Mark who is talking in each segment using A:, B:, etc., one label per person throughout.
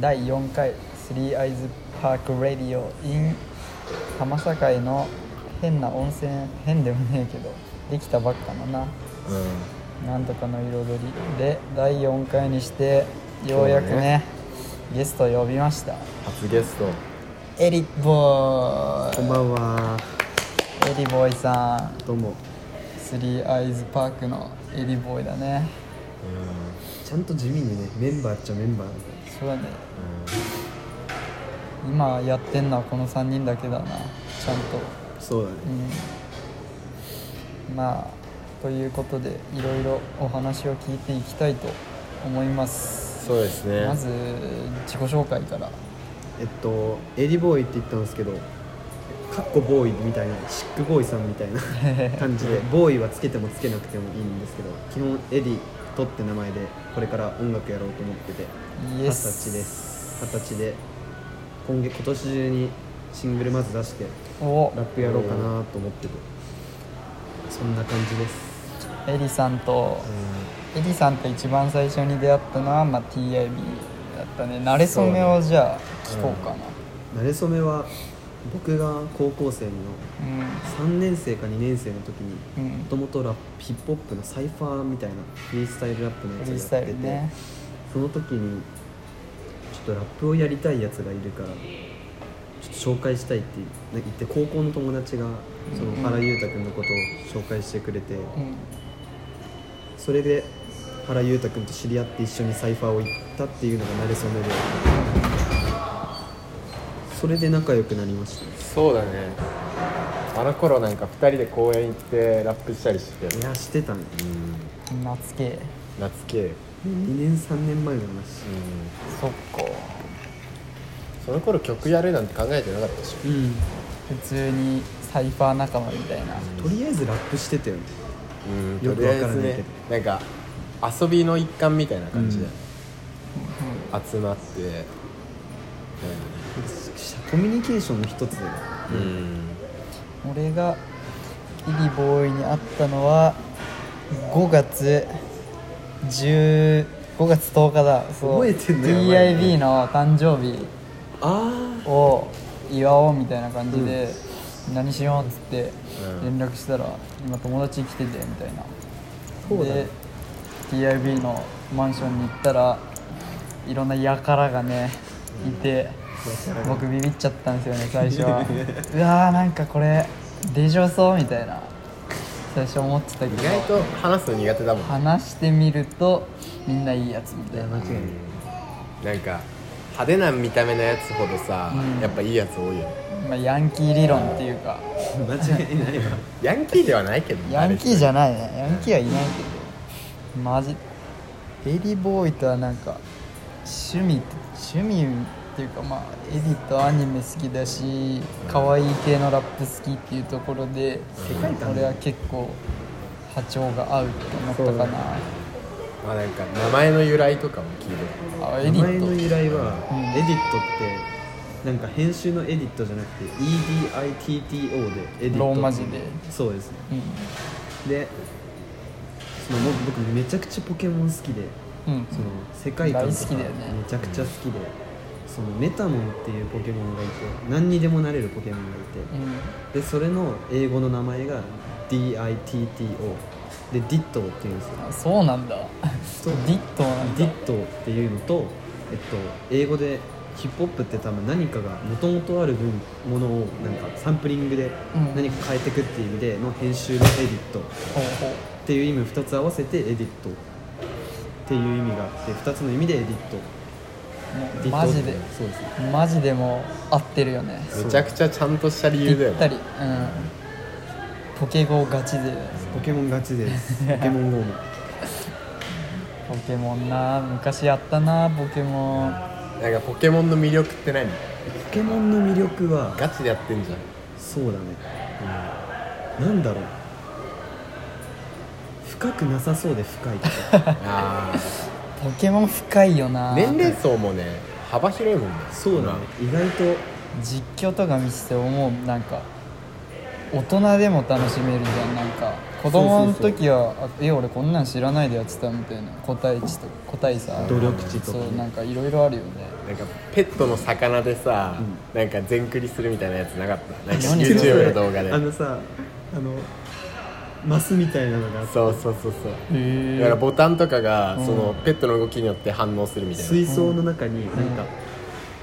A: 第4回スリーアイズパークラディオ in 浜境の変な温泉変でもねえけどできたばっかのな
B: う
A: なんとかの彩りで第4回にしてようやくね
B: 今日はね
A: ゲストを呼びました
B: ん初ゲスト
A: エリボ
B: こん
A: ー
B: ばんは
A: イエリボーイさん
B: どうも
A: スリーアイズパークのエリボーイだね
B: ちゃんと地味にねメンバーっちゃメンバーなんだ
A: そうだね今やってんのはこの3人だけだなちゃんと
B: そうだね
A: うん、まあということでいろいろお話を聞いていきたいと思います、
B: そうですね
A: まず自己紹介から
C: えっとエリボーイって言ったんですけどカッコボーイみたいなシックボーイさんみたいな 感じでボーイはつけてもつけなくてもいいんですけど基本エリとって名前でこれから音楽やろうと思ってて
A: イ
C: 二
A: エ
C: 十
A: ス
C: 歳です二十歳で今月今年中にシングルまず出して
A: お
C: ラップやろうかなと思っててそんな感じです
A: エリさんとエリさんと一番最初に出会ったのは、まあ、TIB だったね慣れ初めをじゃあ聞こうかな
C: 慣れ初めは僕が高校生の3年生か2年生の時に
A: うん、うん
C: もともとラップヒップホップのサイファーみたいなフリースタイルラップのや
A: フリース
C: つを
A: タ
C: や
A: イ
C: ってて、
A: ルね
C: その時にちょっとラップをやりたいやつがいるからちょっと紹介したいって言って高校の友達がその原裕太君のことを紹介してくれて、
A: うん
C: それで原裕太君と知り合って一緒にサイファーを行ったっていうのが慣れ初めでそれで仲良くなりました
B: そうだねあの頃なんか2人で公園行ってラップしたりしてたよ
C: い
B: ね
C: やしてたね
B: うん
A: 懐け
B: 夏系うん
C: 2年3年前の話
A: そっか
B: その頃曲やるなんて考えてなかったでしょ
C: うん
A: 普通にサイファー仲間みたいな
C: とりあえずラップしてたよね
B: うん
C: よくわからないけど
B: なんか遊びの一環みたいな感じで、集まって、
C: コミュニケーションの一つだよ
B: うん
A: 俺がイリボーイに会ったのは5月10 5月10日だそう
C: 覚えてんのやばい
A: DIB の誕生日
C: あ
A: を祝おうみたいな感じで、何しようっつって
B: うん
A: 連絡したら、今友達来ててみたいな
C: そうだね
A: で TIB のマンションに行ったらいろんな輩がねいて、僕ビビっちゃったんですよね最初はうわーなんかこれ出上そうみたいな最初思ってたけど
B: 意外と話すの苦手だもん、
A: 話してみるとみんないいやつみ
C: あい
A: たい
C: や
A: な
C: 間違いない
B: なんか派手な見た目のやつほどさ、
A: うん
B: やっぱいいやつ多いよね
A: まあ、ヤンキー理論っていうか
C: 間違いないわ
B: ヤンキーではないけどね
A: ヤンキーじゃ
B: な
A: ないねヤンキーはいないけどマジエリボーイとはなんか趣味趣味っていうかまあエリとアニメ好きだし可愛い系のラップ好きっていうところで
C: 界観
A: 俺は結構波長が合うって思ったかな
B: まあなんか名前の由来とかも聞いて
A: あエ
C: 名
A: リ
C: 前
A: と
C: の由来は、
A: うん
C: エディットってなんか編集のエディットじゃなくて EDITTO でエディットって
A: ローマ字で
C: そうですね
A: う
C: でそのも僕めちゃくちゃポケモン好きで
A: んうん
C: その世界観とか
A: 大好きだよね
C: めちゃくちゃ好きでそのメタモンっていうポケモンがいて何にでもなれるポケモンがいて、
A: うん
C: でそれの英語の名前が DITTO で DITTO っていうんですよ
A: あそうなんだ
C: そう
A: ディットなんだ
C: DITTO っていうのと、えっと、英語でヒップホップって多分何かが元々ある分ものをなんかサンプリングで
A: うん
C: 何か変えてくっていう意味での編集のエディットっ
A: ほうほう
C: ていう意味を2つ合わせてエディットっていう意味があって2つの意味でエディット
A: もう
C: DITTO
A: マジで
C: そうですね
A: マジでもう合ってるよね
B: るめちゃくちゃちゃんとした理由だ
A: ぴ
B: よ
A: った
B: ね
A: り、うん、ポケゴガチ勢です
C: ポケモン勝 ちですポケモン GO も
A: ポケモンな昔やったなポケモン
B: なんかポケモンの魅力って何
C: ポケモンの魅力は
B: ガチでやってんじゃん
C: そうだね、なんだろう深くなさそうで深いとか
B: ああ
A: ポケモン深いよな
B: 年齢層もね幅広いもんね
C: そうだね意外と
A: 実況とか見せて思うなんか大人でも楽しめるじゃんなんか子供の時は「あえ俺こんなん知らないでやってた」みたいな個体値と個体差
C: 努力値とか
A: そ
C: ね
A: うなんかいろいろあるよね
B: なんかペットの魚でさ、なんか全クリするみたいなやつなかったなんか
A: 何
B: YouTube の動画で
C: あのさあのマスみたいなのがあって
B: そうそうそうそうだから
A: へ
B: ボタンとかが、そのペットの動きによって反応するみたいな
C: 水槽の中になんか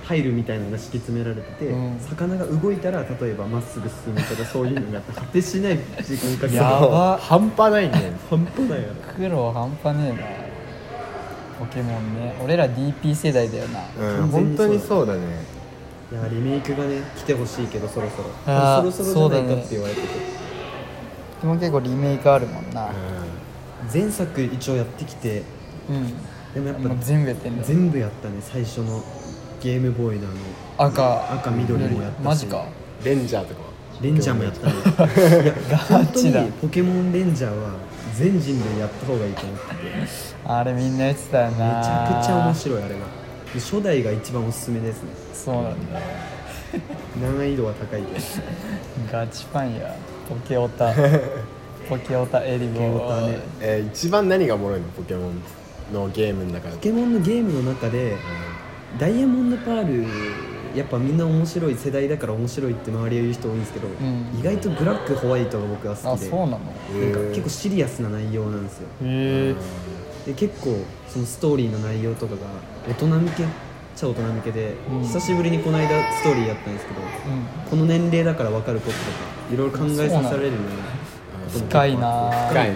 C: 入るみたいなのが敷き詰められてて、
A: うん
C: 魚が動いたら例えばまっすぐ進む とかそういうのがあって果てしない時間かけて
A: や
B: そう
A: ば
B: 半端ないんだよ ね
C: 半端ないよね
A: 苦労半端ねえなポケモンね俺ら DP 世代だよな、
B: うん本当にそうだね
C: いやリメイクがね来てほしいけどそろそろ
A: あ
C: そ
A: ー
C: ろそろじゃな
A: そうだね
C: いかって言われてて、
A: でも結構リメイクあるもんな
C: 前作一応やってきて
A: うん、
C: でもやっぱ
A: もう全部やってんだ
C: 全部やったね最初のゲームボーイのあの
A: 赤
C: 赤緑もやったし
A: マジか
B: レンジャーとかは
C: レンジャーもやったね
A: ガ
C: 本当
A: チだ
C: にポケモンレンジャーは全人類やった方がいいと思っててめち
A: あれみんなやってたよな
C: ゃくちゃ面白いあれがで初代が一番おすすめですね
A: そうなんだ
C: 難易度は高いけど
A: ガチファンやポケオ タポケオタエリゴ
C: ポケオタね
B: えー一番何がおもろいのポケモンのゲームの中
C: ポ
B: で
C: ケモンのゲームの中でダイヤモンドパールやっぱみんな面白い世代だから面白いって周りは言う人多いんですけど、
A: ん
C: 意外とブラックホワイトが僕は好
A: あ
C: きで
A: そうなの
C: なんか結構シリアスな内容なんですよ
A: へえ
C: で結構そのストーリーの内容とかが大人向けっちゃ大人向けで、
A: うん
C: 久しぶりにこの間ストーリーやったんですけど、
A: うん
C: この年齢だから分かることとかいろいろ考えさせられるような
A: 深いな
B: 深いで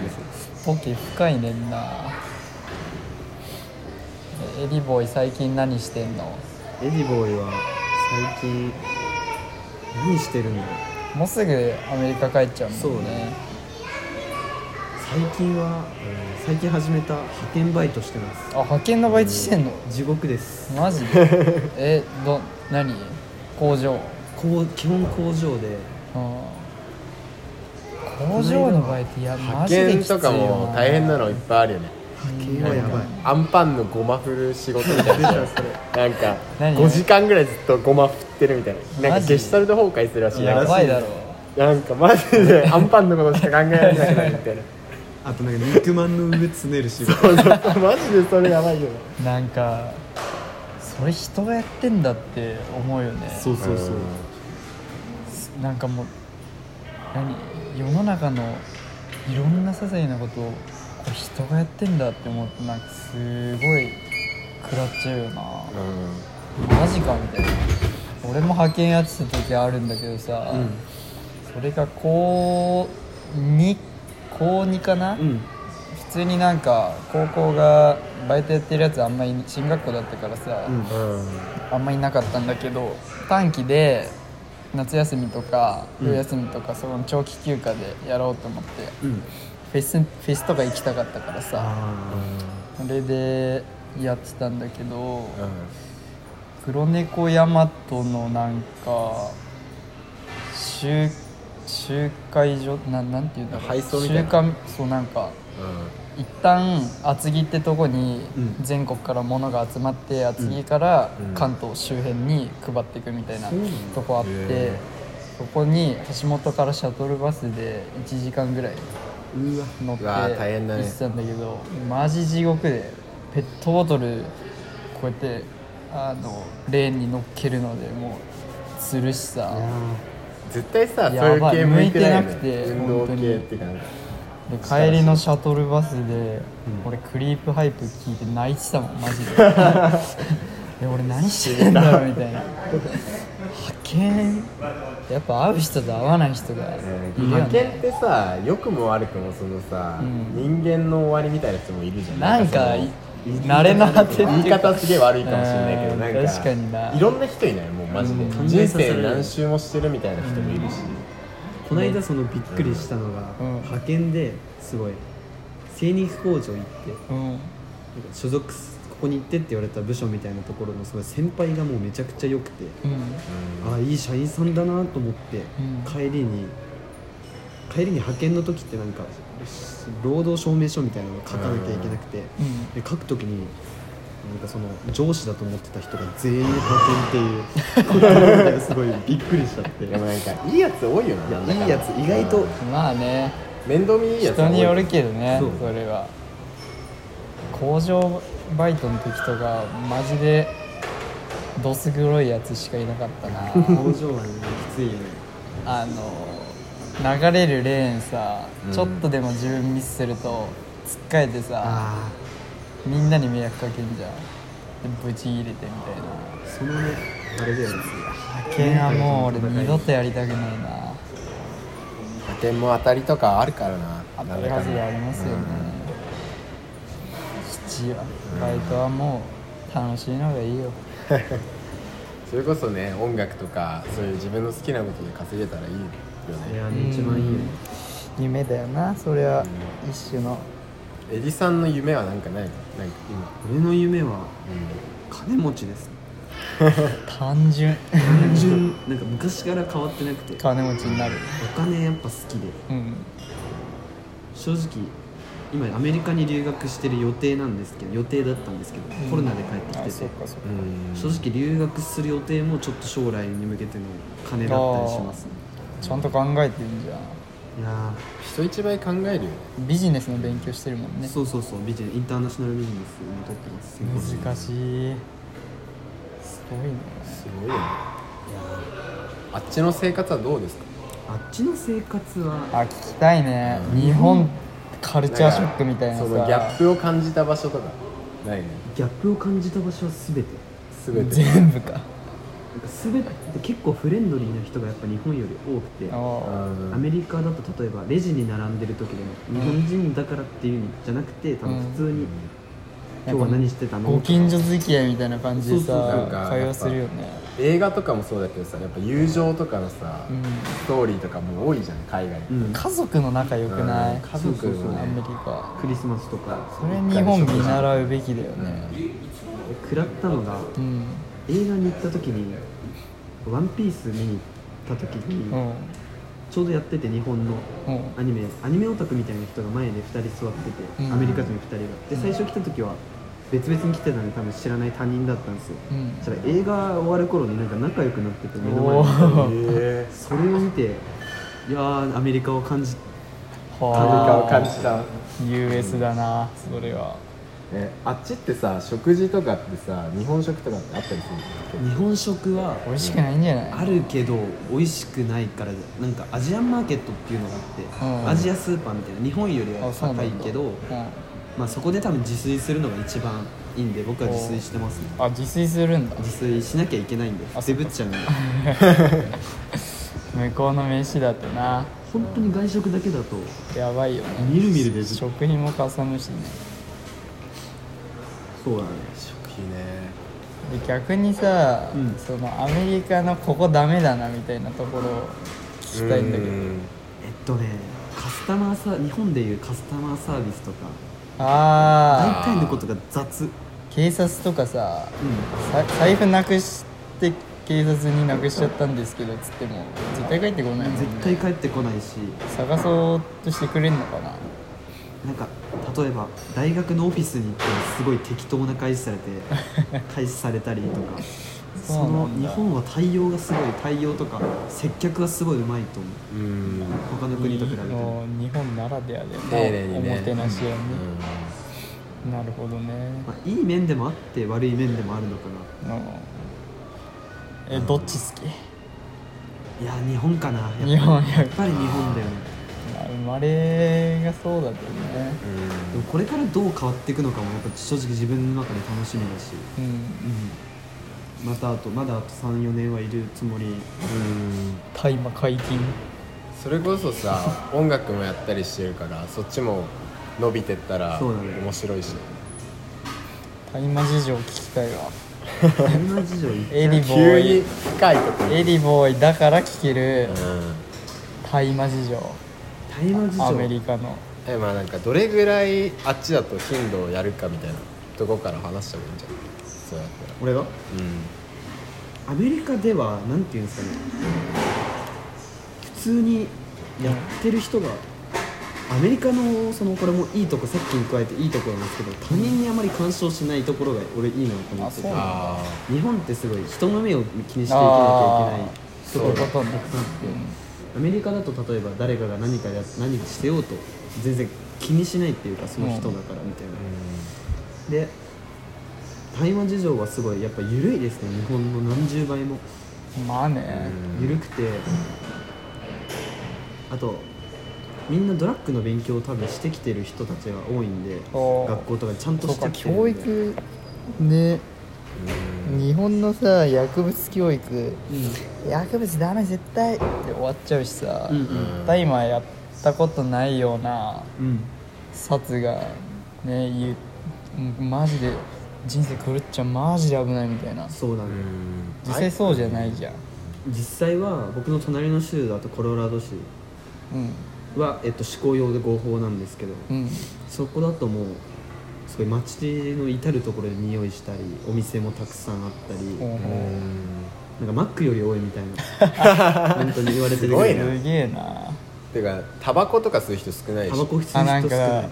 B: す
A: ポケ深いねんなえエリボーイ最近何してんの
C: エディボーイは最近何してるんだろう
A: もうすぐアメリカ帰っちゃう
C: そ
A: も
C: うん
A: ね
C: ね最近は、えー最近始めた派遣バイトしてます
A: あ派遣のバイトしてんの
C: 地獄です
A: マ ジでえど何工場
C: こう基本工場で
A: うん工場のバイトいやマ
B: 派
A: ジで
B: 遣
A: きついよ
B: とかも大変なのいっぱいあるよね
C: 派遣はやばい
B: アンパンのゴマ振る仕事みたい な
C: 出たそ
B: なんか
A: 何
B: 5時間ぐらいずっとゴマ振ってるみたいなな
A: マ
B: んか
A: ジ
B: ゲシュタルト崩壊するらしい
A: や
B: なんか
A: ばいだろ
B: なんかマジでアンパンのことしか考えられなくなるみ たいな
C: あとなんか肉まんの上つねる仕事
B: そうそうマジでそれやばいよね
A: なんかそれ人がやってんだって思うよね
C: そうそうそう
A: なんかもう何世の中のいろんな些細なことをこう人がやってんだって思うとなんかすごい食らっちゃうよな
B: うん
A: マジかみたいな俺も派遣やってた時あるんだけどさ、それが高2高2かな、
C: うん
A: 普通になんか高校がバイトやってるやつあんまり進学校だったからさ、
C: うん
B: うん
A: あんまいなかったんだけど短期で夏休みとか冬休みとか、その長期休暇でやろうと思って
C: うん
A: フェスフェスとか行きたかったからさ
C: あ
A: それでやってたんだけど
B: う
A: 黒猫ヤマトのなんか集集会所なんなんていうんだろう
B: 配送みたいな
A: 集会そうなんか
B: んうん
A: 一旦厚木ってとこに
C: うん
A: 全国から物が集まって厚木から
B: うん
A: 関東周辺に配っていくみたいな
C: そうなんだ
A: とこあっ
B: へ
A: て
B: え
A: そこに橋本からシャトルバスで1時間ぐらい
C: ーうわ
A: 乗って
B: うわ大変だね
A: 行ってたんだけどマジ地獄でペットボトルこうやってあのレーンに乗っけるのでもうつるしさ。
B: 絶対さそう
A: や
B: いう
A: ばい
B: 系向いてないよね
A: 向いてなくて
B: 運動系って感じ
A: で帰りのシャトルバスで、俺クリープハイプ聞いて泣いてたもんマ ジでで俺何してんだろうみたいな派遣やっぱ会う人と会わない人がいるよ
B: 派遣
A: ね
B: ってさ良くも悪くもそのさ、人間の終わりみたいな人もいるじゃん
A: なんか
B: その
A: 慣れな果てって
B: 言い
A: いうか
B: 方すげえ悪いかもしれないけど
A: うん
B: なんか
A: 確かにない
B: ろんな人いないもうマジで、
C: うん
B: 人生何周もしてるみたいな人もいるし、
C: この間そのびっくりしたのが、
A: うん
C: 派遣ですごい精肉工場行ってなんか
A: うん
C: 所属すここに行ってって言われた部署みたいなところのすごい先輩がもうめちゃくちゃ良くて、
A: うん
C: あいい社員さんだなと思って、
A: ん
C: 帰りに帰りに派遣の時ってなんか労働証明書みたいなのを書かなきゃいけなくて、
A: うん
C: で書く時になんかその上司だと思ってた人が全員派 遣っていうことがすごいびっくりしちゃってい
B: でもなんかいいやつ多いよななんだかん
C: や
B: だ
C: いいやつ意外と
A: まあね
B: 面倒見いいやつは
A: 人
B: 多い
A: によるけどね
C: そう
A: それは工場バイトの時とかマジでどす黒いやつしかいなかったな
C: 工場はねきついよね
A: あの流れるレーンさ、
B: うん
A: ちょっとでも自分ミスするとつっかえてさ
C: あ
A: みんなに迷惑かけんじゃんでブチ入れてみたいな
C: あそのねあれだよね
A: 派遣はもう俺二度とやりたくないな
B: 派遣も当たりとかあるからな
A: 当た
B: なん
A: り
B: だかんだ
A: 外れありますよね父はバイトはもう楽しいのがいいよ
B: それこそね音楽とかそういう自分の好きなことで稼げたらいいよ
C: い
B: ね
C: やね一番いいよね
A: 夢だよなそれは一種の
B: エリさんの夢はなんかないのなんか今、
C: 俺の夢は金持ちです
A: 単純
C: 単純なんか昔から変わってなくて
A: 金持ちになる
C: お金やっぱ好きで
A: うん
C: 正直今アメリカに留学してる予定なんですけど予定だったんですけど、コロナで帰ってきてて
A: そっ
B: うんうん
C: 正直留学する予定もちょっと将来に向けての金だったりしますね
A: ちゃんと考えてるんじゃ
C: いや
B: 人一倍考えるよね
A: んビジネスの勉強してるもん
C: ー、
A: ね
C: そうそうそうビジネスインターナショナルビジネスも取ってます
A: 難しいすごいね
B: すごいよねあっちの生活はどうですか
C: あっちの生活は
A: あ聞きたいね日本カルチャーショックみたいなさ
B: そのギャップを感じた場所とかないね
C: ギャップを感じた場所は全て
B: 全て
A: 全部か
C: なんか全て結構フレンドリーな人がやっぱ日本より多くて
A: お
C: アメリカだと例えばレジに並んでる時でも日本人だからっていうんじゃなくて多分普通に「今日は何してたの?」
A: ご近所付き合いみたいな感じで
C: そうそう
B: な
A: さ
B: んか
A: 会話するよね
B: 映画とかもそうだけどさやっぱ友情とかのさ、
A: うん
B: ストーリーとかも多いじゃん海外
C: う
B: うん
C: ん
A: 家族の仲良くない
B: 家族
C: そうそう
B: の
C: そう
A: アメリ
B: ね
A: カ
C: クリスマスとか
A: それ日本見習うべきだよね
C: 食らったのが
A: うん
C: 映画に行った時に「ワンピース見に行った時
A: う
C: に
A: ん
C: ちょうどやってて日本の
A: うん
C: アニメアニメオタクみたいな人が前で2人座ってて、
A: うん
C: アメリカ人2人がで最初来た時は別々に来てたので多分知らない他人だったんですよ
A: うん
C: そしたら映画終わる頃になんか仲良くなってて目の前
A: お
C: にいたのに
B: え
C: それを見ていやーアメリカを感じ
B: アメリカを
A: は
B: 感じた
A: US だなそれは
B: えあっちってさ食事とかってさ日本食とかってあったりする
C: 日本食は
A: 美味しくないんじゃない
C: あるけど美味しくないからなんかアジアンマーケットっていうのがあって、
A: うん
C: アジアスーパーみたいな日本よりは
A: あそうなん
C: 高
A: だ
C: いけど
A: うん
C: まあ、そこで多分自炊するのが一番いいんで僕は自炊してますね
A: あ自炊するんだ
C: 自炊しなきゃいけないんで
A: あ
C: デブっちゃうんで
A: 向こうの飯だとな
C: 本当に外食だけだと
A: やばいよね
C: みるみるで
A: 食費もかさむしね
C: そうだね
B: 食費ね
A: で逆にさ、
C: うん
A: そのアメリカのここダメだなみたいなところを聞きたいんだけど
C: えっとねカスタマーサー日本でいうカスタマーサービスとか
A: ああ
C: 大体のことが雑うん
A: 警察とかささ財布なくして警察になくしちゃったんですけどっつっても絶対帰ってこないもん、ね、
C: 絶対帰ってこないし
A: 探そうとしてくれんのかな
C: なんか例えば大学のオフィスに行ってすごい適当な返しされて 返しされたりとか
A: そう
C: そ
A: な
C: の
A: ん
C: 日
A: だ
C: 本は対応がすごい対応とか接客はすごいうまいと思う
B: うんうん
C: 他の国と比べて
A: もう日本ならではだよ
B: 丁寧にね
A: おもてなしやね、なるほどね、
C: まあ、いい面でもあって悪い面でもあるのかな
A: うんえどっち好き
C: いや日本かなやっぱり
A: 日本や
C: やっぱり日本だよね
A: まあ生まれがそうだけどね
C: でもこれからどう変わっていくのかもやっぱ正直自分の中で楽しみだし、
A: うん
C: うん、またあとまだあと34年はいるつ もり
B: うん
A: 大麻解禁
B: それこそさ音楽もやったりしてるからそっちも伸びてったら
C: そうだね
B: 面白いし、
A: 大麻事情聞きたいわ
C: 大麻事情いっ
A: エリボ
B: 急
A: ー
B: に
A: イ
B: 深いとこに
A: エリボーイだから聞ける
B: うん
A: 大麻事情
C: 大麻事情
A: アメリカの
B: えまあなんかどれぐらいあっちだと頻度をやるかみたいなとこから話した方がいいんじゃないそうやったら
C: 俺が
B: う
C: ア
B: ん
C: メリカではなんていうんですかね普通にやってる人がアメリカのそのこれもいいとこさっきに加えていいところなんですけど他人にあまり干渉しないところが俺いいなと思ってて
A: あ
B: あ
C: 日本ってすごい人の目を気にしていかなきゃいけないと
A: そう
C: こ
A: い
C: ろ
A: う
C: が
A: ことね
C: アメリカだと例えば誰かが何かや何かしてようと全然気にしないっていうかその人だからみたいな、で台湾事情はすごいやっぱ緩いですね日本の何十倍も
A: まあね
C: 緩くてあとみんなドラッグの勉強を多分してきてる人たちが多いんで
A: おー
C: 学校とかでちゃんと
A: そう
C: して
A: か
C: きてるんで
A: 教育ね日本のさ薬物教育薬物ダメ絶対って終わっちゃうしさ
C: うんうん
A: 大麻やったことないような
C: うん
A: 殺がね言ううんマジで人生狂っちゃうマジで危ないみたいな
C: そうだね、
A: 実際そうじゃないじゃん
C: 実際は僕の隣の州だとコロラド州
A: うん
C: は、えっと、試行用で合法なんですけど、
A: うん
C: そこだともうすごい街の至る所で匂いしたりお店もたくさんあったり
A: ほう
B: う
A: ほ
C: な
B: ん
C: んかマックより多いみたい な本当に言われてるぐら
A: う
B: 多
C: い
B: いな
A: すげえな
B: ていうかタバコとか吸う人少ないで
C: タ
B: し
C: バ
B: ょ
C: コ普通
A: あ
C: に
A: なん
C: 人少な
A: か
C: い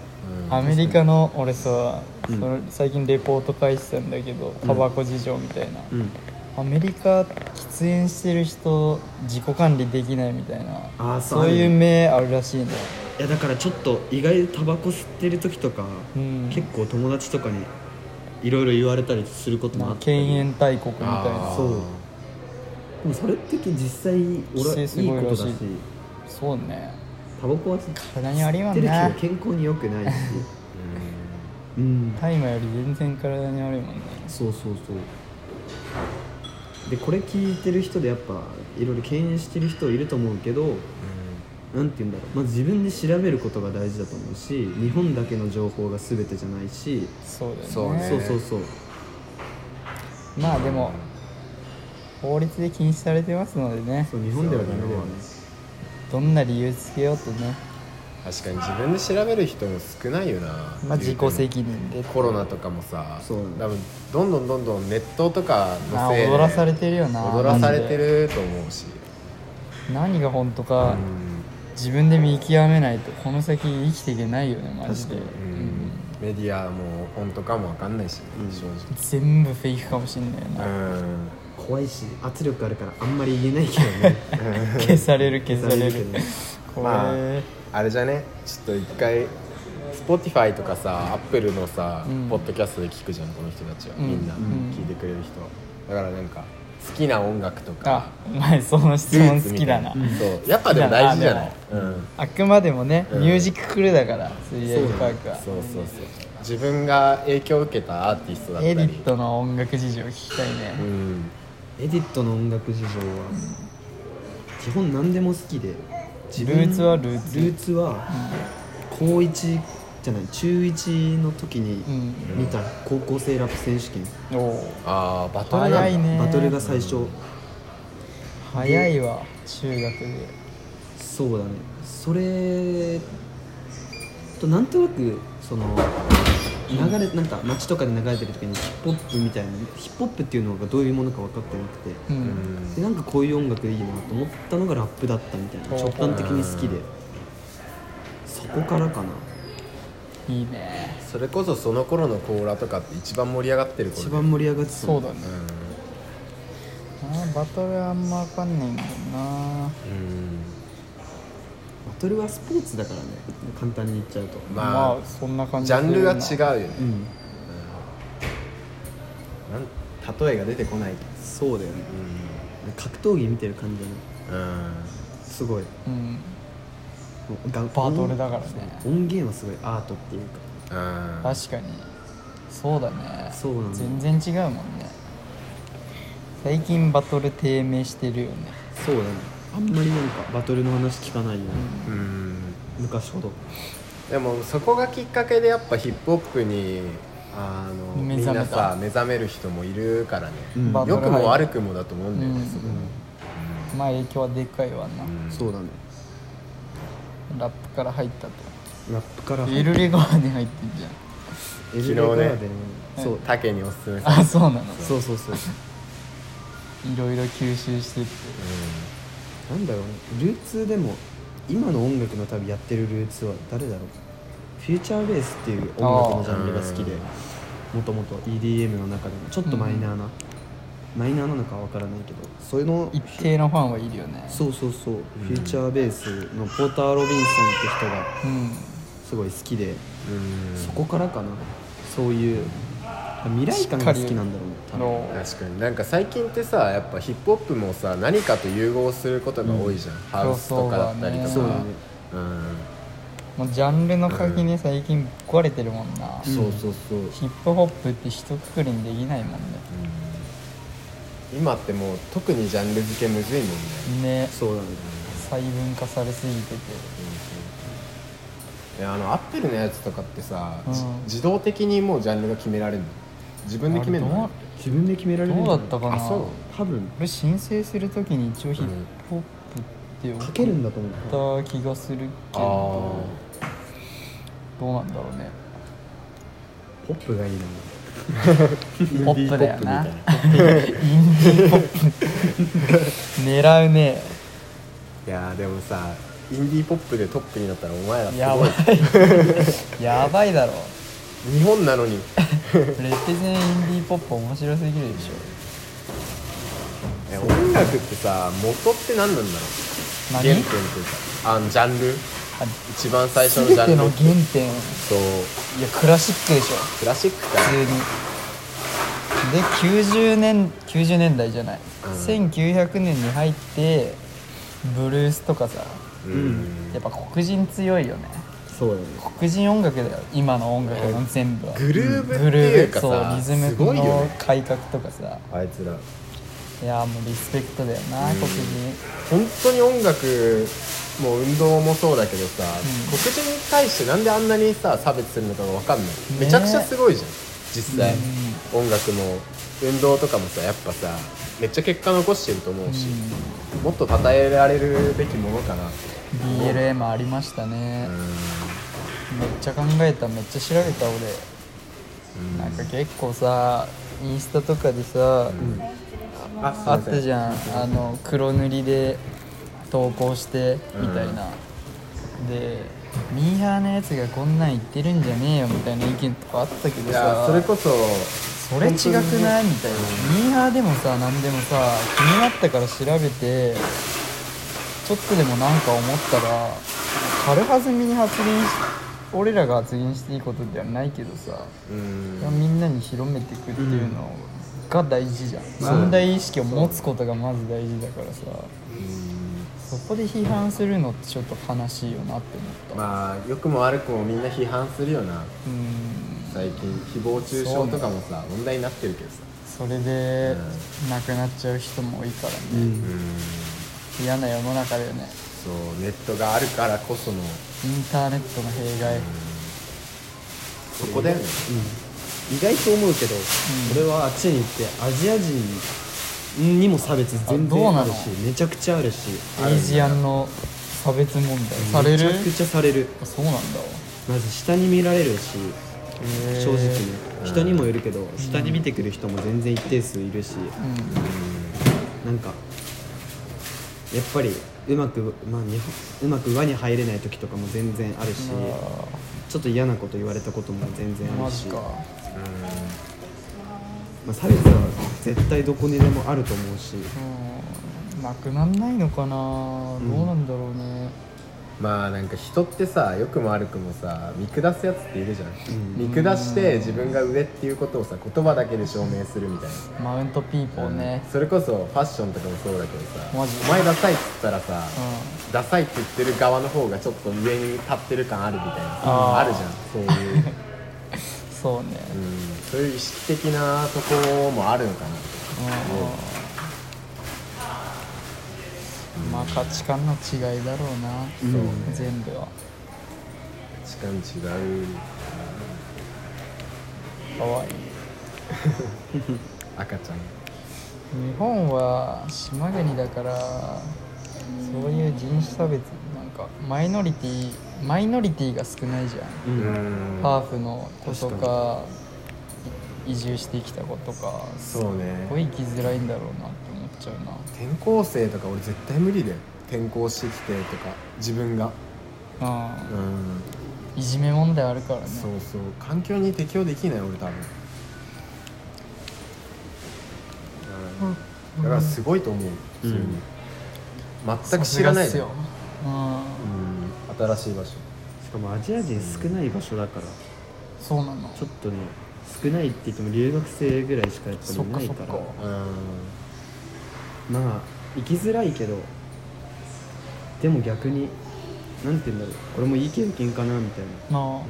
A: アメリカの俺さ、
C: うん
A: それ最近レポート書いてたんだけどタバコ事情みたいな、
C: うん
A: アメリカ喫煙してる人自己管理できないみたいな
C: あーそう
A: そういう目あるらしいね
C: いやだからちょっと意外とタバコ吸ってる時とか、
A: うん
C: 結構友達とかにいろいろ言われたりすることもあ
A: なん
C: っ
A: か
C: て
A: 犬猿大国みたい
B: あ
A: な
B: ー
C: そうでもそれって実際俺は
A: 規制
C: いい
A: すごい
C: ことだし
A: らしいそうね
C: タバコは吸っ
A: 体に悪いも
C: て
A: ん
C: るけ
A: な
C: ど健康に良くないしうん
A: 大麻より全然体に悪いもんね
C: そうそうそうでこれ聞いてる人でやっぱいろいろ敬遠してる人いると思うけどなんて言うんだろうまず自分で調べることが大事だと思うし日本だけの情報が全てじゃないし、
A: そうだよね
B: そうね
C: そうそうそう
A: まあでも法律で禁止されてますのでね
C: そう日本ではダメだよね
A: どんな理由つけようとね
B: 確かに自分で調べる人も少ないよな
A: まあ自己責任で
B: コロナとかもさ
C: そう
B: 多分どんどんどんどんネットとか
A: ま
B: の
A: あ
B: せいで
A: 踊らされてるよな
B: 踊らされてると思うし
A: 何が本当か
B: うん
A: 自分で見極めないとこの先生きていけないよねマジで
B: うんメディアも本当かもわかんないしね正
A: 全部フェイクかもしんないな
B: 直うん
C: 怖いし圧力あるからあんまり言えないけどね
A: 消される消され
C: 消され
A: る
C: るけどね
A: こ
B: まあ
A: れ
B: あれじゃねちょっと一回 Spotify とかさ Apple のさ、
A: うん
B: ポッドキャストで聞くじゃんこの人たちは、
A: うん
B: みんな
A: うん
B: 聞いてくれる人だからなんか好きな音楽と
A: あ
B: か
A: お前その質
B: ルー
A: 問
B: ツ
A: 好
B: み
A: き
B: た
A: だ
B: いな
A: な
B: そうやっぱでも大事じゃない
A: 好、
B: うん、
A: あくまでもね
B: うん
A: ミュージッククルーだからスリーエイパークは
B: そうそうそう自分が影響を受けたアーティストだったり
A: エディットの音楽事情聞きたいね
B: うん
C: エディットの音楽事情は基本何でも好きで自
A: ルーツはルーツ
C: ルーツは高1じゃない中1の時に
A: う
C: 見た高校生ラップ選手権
A: おお
B: ああバトルなんだ
A: 早いね
C: バトルが最初
A: 早いわ中学で
C: そうだねそれとなんとなくその流れなんか街とかで流れてる時にヒップホップみたいなヒップホップっていうのがどういうものか分かってなくて、
A: う
B: うんん
C: でなんかこういう音楽いいなと思ったのがラップだったみたいな
A: ほう
C: 直感的に好きでそこからかない
A: いね
B: それこそその頃のコーラとかって一番盛り上がってる頃
C: 一
B: だよ
C: 番盛り上がってた
A: そうだね
B: うん
A: あーバトルあんま分かんないんだよな
B: うん
C: バトルはスポーツだからね簡単に言っちゃうと
B: ま
A: ま
B: あ
A: あそんな感じ
B: ジャンルが違
A: する
B: う
A: な
B: よね
C: うん
B: なん例えが出てこない
C: そうだよね
B: う
C: 格闘技見てる感じだね
B: ん、うん、
C: すごい
A: うん
C: もうが
A: バトルだからね
C: そう音源はすごいアートっていうか
B: あ
A: 確かにそうだね
C: そうなんだ
A: 全然違うもんね最近バトル低迷してるよね
C: そうだねあんまりなんかバトルの話聞かないよね、
B: うん
C: 昔ほど
B: でもそこがきっかけでやっぱヒップホップにあの
A: 目
B: みん
A: 覚めた
B: なさ目覚める人もいるからね、
C: うん
A: バト
B: 良
A: ル
B: くも
A: 入
B: 悪
A: る
B: くもだと思うんだよね、
A: うん
B: そこ
A: まあ影響はでっかいわな、
C: そうだね
A: ラップから入ったと
C: ラップから
A: エルレガーに入ってんじゃん
C: エルレ
B: 昨日ね
C: ガーデンそう
B: タケにおすすめされ
A: あそうなの
C: そうそうそう
A: いろいろ吸収してって
B: う
C: なんだろうねルーツでも今の音楽の旅やってるルーツは誰だろうフューチャーベースっていう音楽のジャンルが好きで
B: あ
C: もともと EDM の中でもちょっとマイナーな、マイナーなのかわからないけどそれの
A: 一定のファンはいるよね
C: そうそうそう、フューチャーベースのポーター・ロビンソンって人が
A: うん
C: すごい好きで、
B: うん
C: そこからかなそういう未来感が好きなんだろうね多分
A: の
B: 確かになんか最近ってさやっぱヒップホップもさ何かと融合することが多いじゃん、ハウスとかだったりとか
A: そう
C: そうだね
B: うん
A: もうジャンルの垣根最近ぶっ壊れてるもんな、
C: そうそうそう、
A: ヒップホップって一括りにできないもんね
B: 今ってもう特にジャンル付けむずいもんね、
A: ね
C: そうだね
A: 細分化されすぎてて
B: えあのアップルのやつとかってさ、じ
A: うん
B: 自動的にもうジャンルが決められるの自分で決めるの
C: 自分で決められる
A: ど
C: ん
A: う
C: じゃ
A: だ
C: な
A: っ
C: い
A: たかな
B: あそう
C: 多分
A: 俺申請するときに一応ヒップホップって
C: かけるんだと思う
A: 送った気がするけどどうなんだろうね
C: ポップがいいな
A: ポップだよな
B: イ
A: イン
B: ンディー
A: ディーポップ狙うね
B: いやーでもさインディーポップでトップになったらお前らす
A: や
B: ご
A: ば
B: い
A: いやばいだろ
B: 日本なのに
A: レッテゼンインディーポップ面白すぎるでしょ
B: え音楽ってさ元って何なんだろう
A: 何
B: 原点というかあのジャンル
A: あ
B: 一番最初のジャ
A: 全
B: ンル
A: ての原点
B: そう
A: いやクラシックでしょ
B: クラシックか
A: 普通にで90年90年代じゃない、
B: うん
A: 1900年に入ってブルースとかさ
B: うん
A: やっぱ黒人強いよね
C: そうだね
A: 黒人音楽だよ今の音楽の全部は
B: グルーブって
A: グル
B: いう
A: ーブ
B: か
A: そう
B: さ
A: リズ
B: す
A: ム
B: ごいよ
A: の
B: ね
A: 改革とかさ
B: あいつら
A: いやーもうリスペクトだよな黒人
B: 本当に音楽もう運動もそうだけどさ、黒人に対してなんであんなにさ差別するのかが分かんない、めちゃくちゃすごいじゃん実際、音楽も運動とかもさやっぱさめっちゃ結果残してると思うし、もっと称えられるべきものかなって
A: BLM ありましたねめっちゃ考えためっちゃ調べた俺なんか結構さインスタとかでさ、
B: あ
A: あったじゃんあの黒塗りで投稿してみたいな、でミーハーなやつがこんなん言ってるんじゃねえよみたいな意見とかあったけど
B: いや
A: さ
B: それこそ
A: それ違くないみたいなミーハーでもさ何でもさ気になったから調べてちょっとでもなんか思ったら軽はずみに発言し俺らが発言していいことではないけどさ
B: うん
A: みんなに広めていくっていうのが大事じゃん、問題意識を持つことがまず大事だからさそこで批判するのってちょっと悲しいよなって思った、
B: まあ良くも悪くもみんな批判するよな
A: うん
B: 最近誹謗中傷とかもさ問題になってるけどさ
A: それで亡くなっちゃう人も多いからね、
B: うん
A: 嫌な世の中だよね
B: そうネットがあるからこその
A: インターネットの弊害
B: そこだよね
C: 意外と思うけど、俺はあっちに行ってアジア人にも差別全
A: あどう
C: 然
A: な
C: あ
A: の
C: るしめちゃくちゃあるし
A: エイジアンの差別問題される
C: めちゃくちゃされる
A: そうなんだわ
C: まず下に見られるし
A: へー
C: 正直ね人にもよるけど下に見てくる人も全然一定数いるし、なんかやっぱりうまく、まあ、日本うまく輪に入れない時とかも全然あるしちょっと嫌なこと言われたことも全然あ
A: マ
C: る
A: ジ
C: し、
A: か
C: まあ、差別は絶対どこにでもあると思うし
A: うんなくなんないのかなどうなんだろうね
B: まあなんか人ってさ良くも悪くもさ見下すやつっているじゃん、見下して自分が上っていうことをさ言葉だけで証明するみたいな、
A: マウントピーポーね
B: それこそファッションとかもそうだけどさ
A: マジ
B: お前ダサいっつったらさ、
A: う
B: ダサいって言ってる側の方がちょっと上に立ってる感あるみたいな
A: あー
B: あるじゃんそういう、うん、
A: そうね
B: そういう意識的なとこもあるのかな
A: まあ価値観の違いだろうな全部は
B: 時間違う
A: かわいい
B: 赤ちゃん
A: 日本は島国だからそういう人種差別なんかマイノリティマイノリティが少ないじゃ
C: うん
A: んハーフの子とか移住してきた子とかす
B: そうね
A: ごい生きづらいんだろうなって思っちゃうな
B: 転校生とか俺絶対無理だよ転校してきてとか自分が
A: あ
B: うん
A: あいじめ問題あるからね
B: そうそう環境に適応できない俺多分だからすごいと思う普通に、
C: うん
B: 全く知らない
A: さすがっすようん
B: うん、新しい場所
C: しかもアジア人少ない場所だから
A: そうなの
C: ちょっとね少ないって言っても留学生ぐらいしかやっぱりい
A: そっか
C: ない
A: そっ
C: か
A: から
B: う
C: まあ行きづらいけどでも逆になんて言うんだろう俺もいい経験かなみたいな
A: なあ
B: ん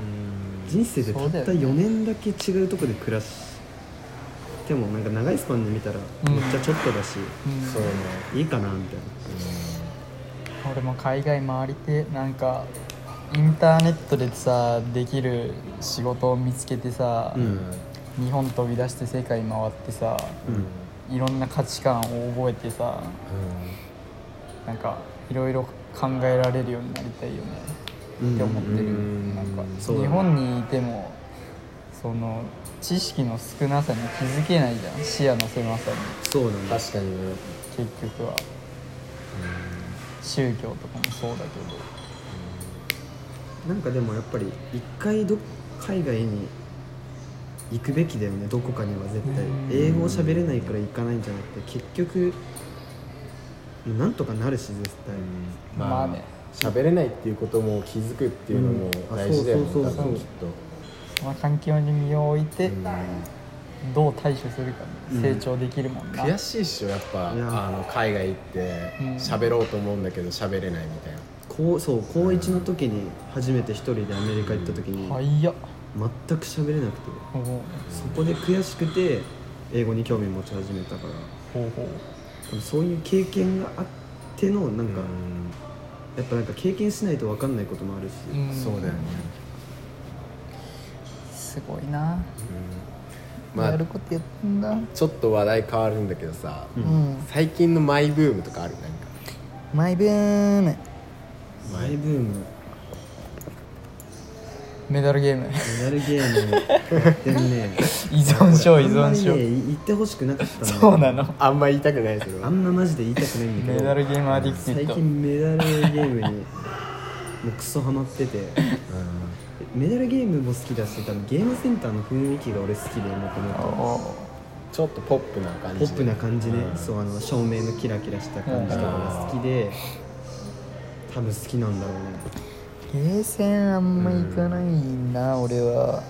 C: 人生でたった
A: そうだよね
C: 4年だけ違うとこで暮らしてもなんか長いスパンで見たら
A: ん
C: めっちゃちょっとだし、
A: うん
B: そうね
C: いいかなみたいな
A: 俺も海外回りてなんかインターネットでさできる仕事を見つけてさ、
C: うん
A: 日本飛び出して世界回ってさ
B: うんうん
A: いろんな価値観を覚えてさなんかいろいろ考えられるようになりたいよねって思ってる、
B: うん
A: なんか
C: そうだね
A: 日本にいてもその知識の少なさに気づけないじゃん視野の狭さに
C: そうなんだ
B: 確かにね
A: 結局は宗教とかもそうだけ
C: なんかでもやっぱり一回ど海外に行くべきだよねどこかには絶対
A: うん
C: 英語を喋れないから行かないんじゃなくて結局もうなんとかなるし絶対
A: どまあね
B: 喋れないっていうことも気づくっていうのも大事だよね、
C: うんあそうそうそう
B: 多分きっ
A: その環境に身を置いて、
B: と、
A: どう対処するかに成長できるもんな、
B: 悔しいっしょやっぱあ
C: いや
B: の海外行って
A: うん
B: 喋ろうと思うんだけど喋れないみたいな
C: こうそう高1の時に初めて一人でアメリカ行った時に
A: はいや
C: 全く喋れなくて
A: ほうほ
C: そこで悔しくて英語に興味持ち始めたか
A: う
C: ら
A: ほう
C: 多分そういう経験があってのなんか、やっぱなんか経験しないと分かんないこともあるし、
A: うん
B: そうだよね、
A: すごいな、
B: ま
A: や
B: あ
A: ることやってんだう
B: ちょっと話題変わるんだけどさ、
C: うん
A: ん
B: 最近のマイブームとかあるなんか
A: マイブーム
C: マイブーム
A: メダルゲーム
C: メダルゲームでもね
A: 依存症依
C: あんま
A: 存
C: りね
A: 症
C: 言ってほしくなかったんだよ
A: そうなの
B: あんま言いたくないそれ
C: あ
B: は
C: んまマジで言いたくないん
A: メ
C: だけど
A: ダルゲームアディクティ
C: 最
A: ッド
C: 近メダルゲームにもうクソハマっててメダルゲームも好きだし多分ゲームセンターの雰囲気が俺好きでもともと
A: お
B: ちょっとポップな感じ
C: ポ
B: で
C: ップな感じね、
B: うん
C: そうあの照明のキラキラした感じとかが好きで、多分好きなんだろうね
A: ゲーセンあんま行かないな、俺は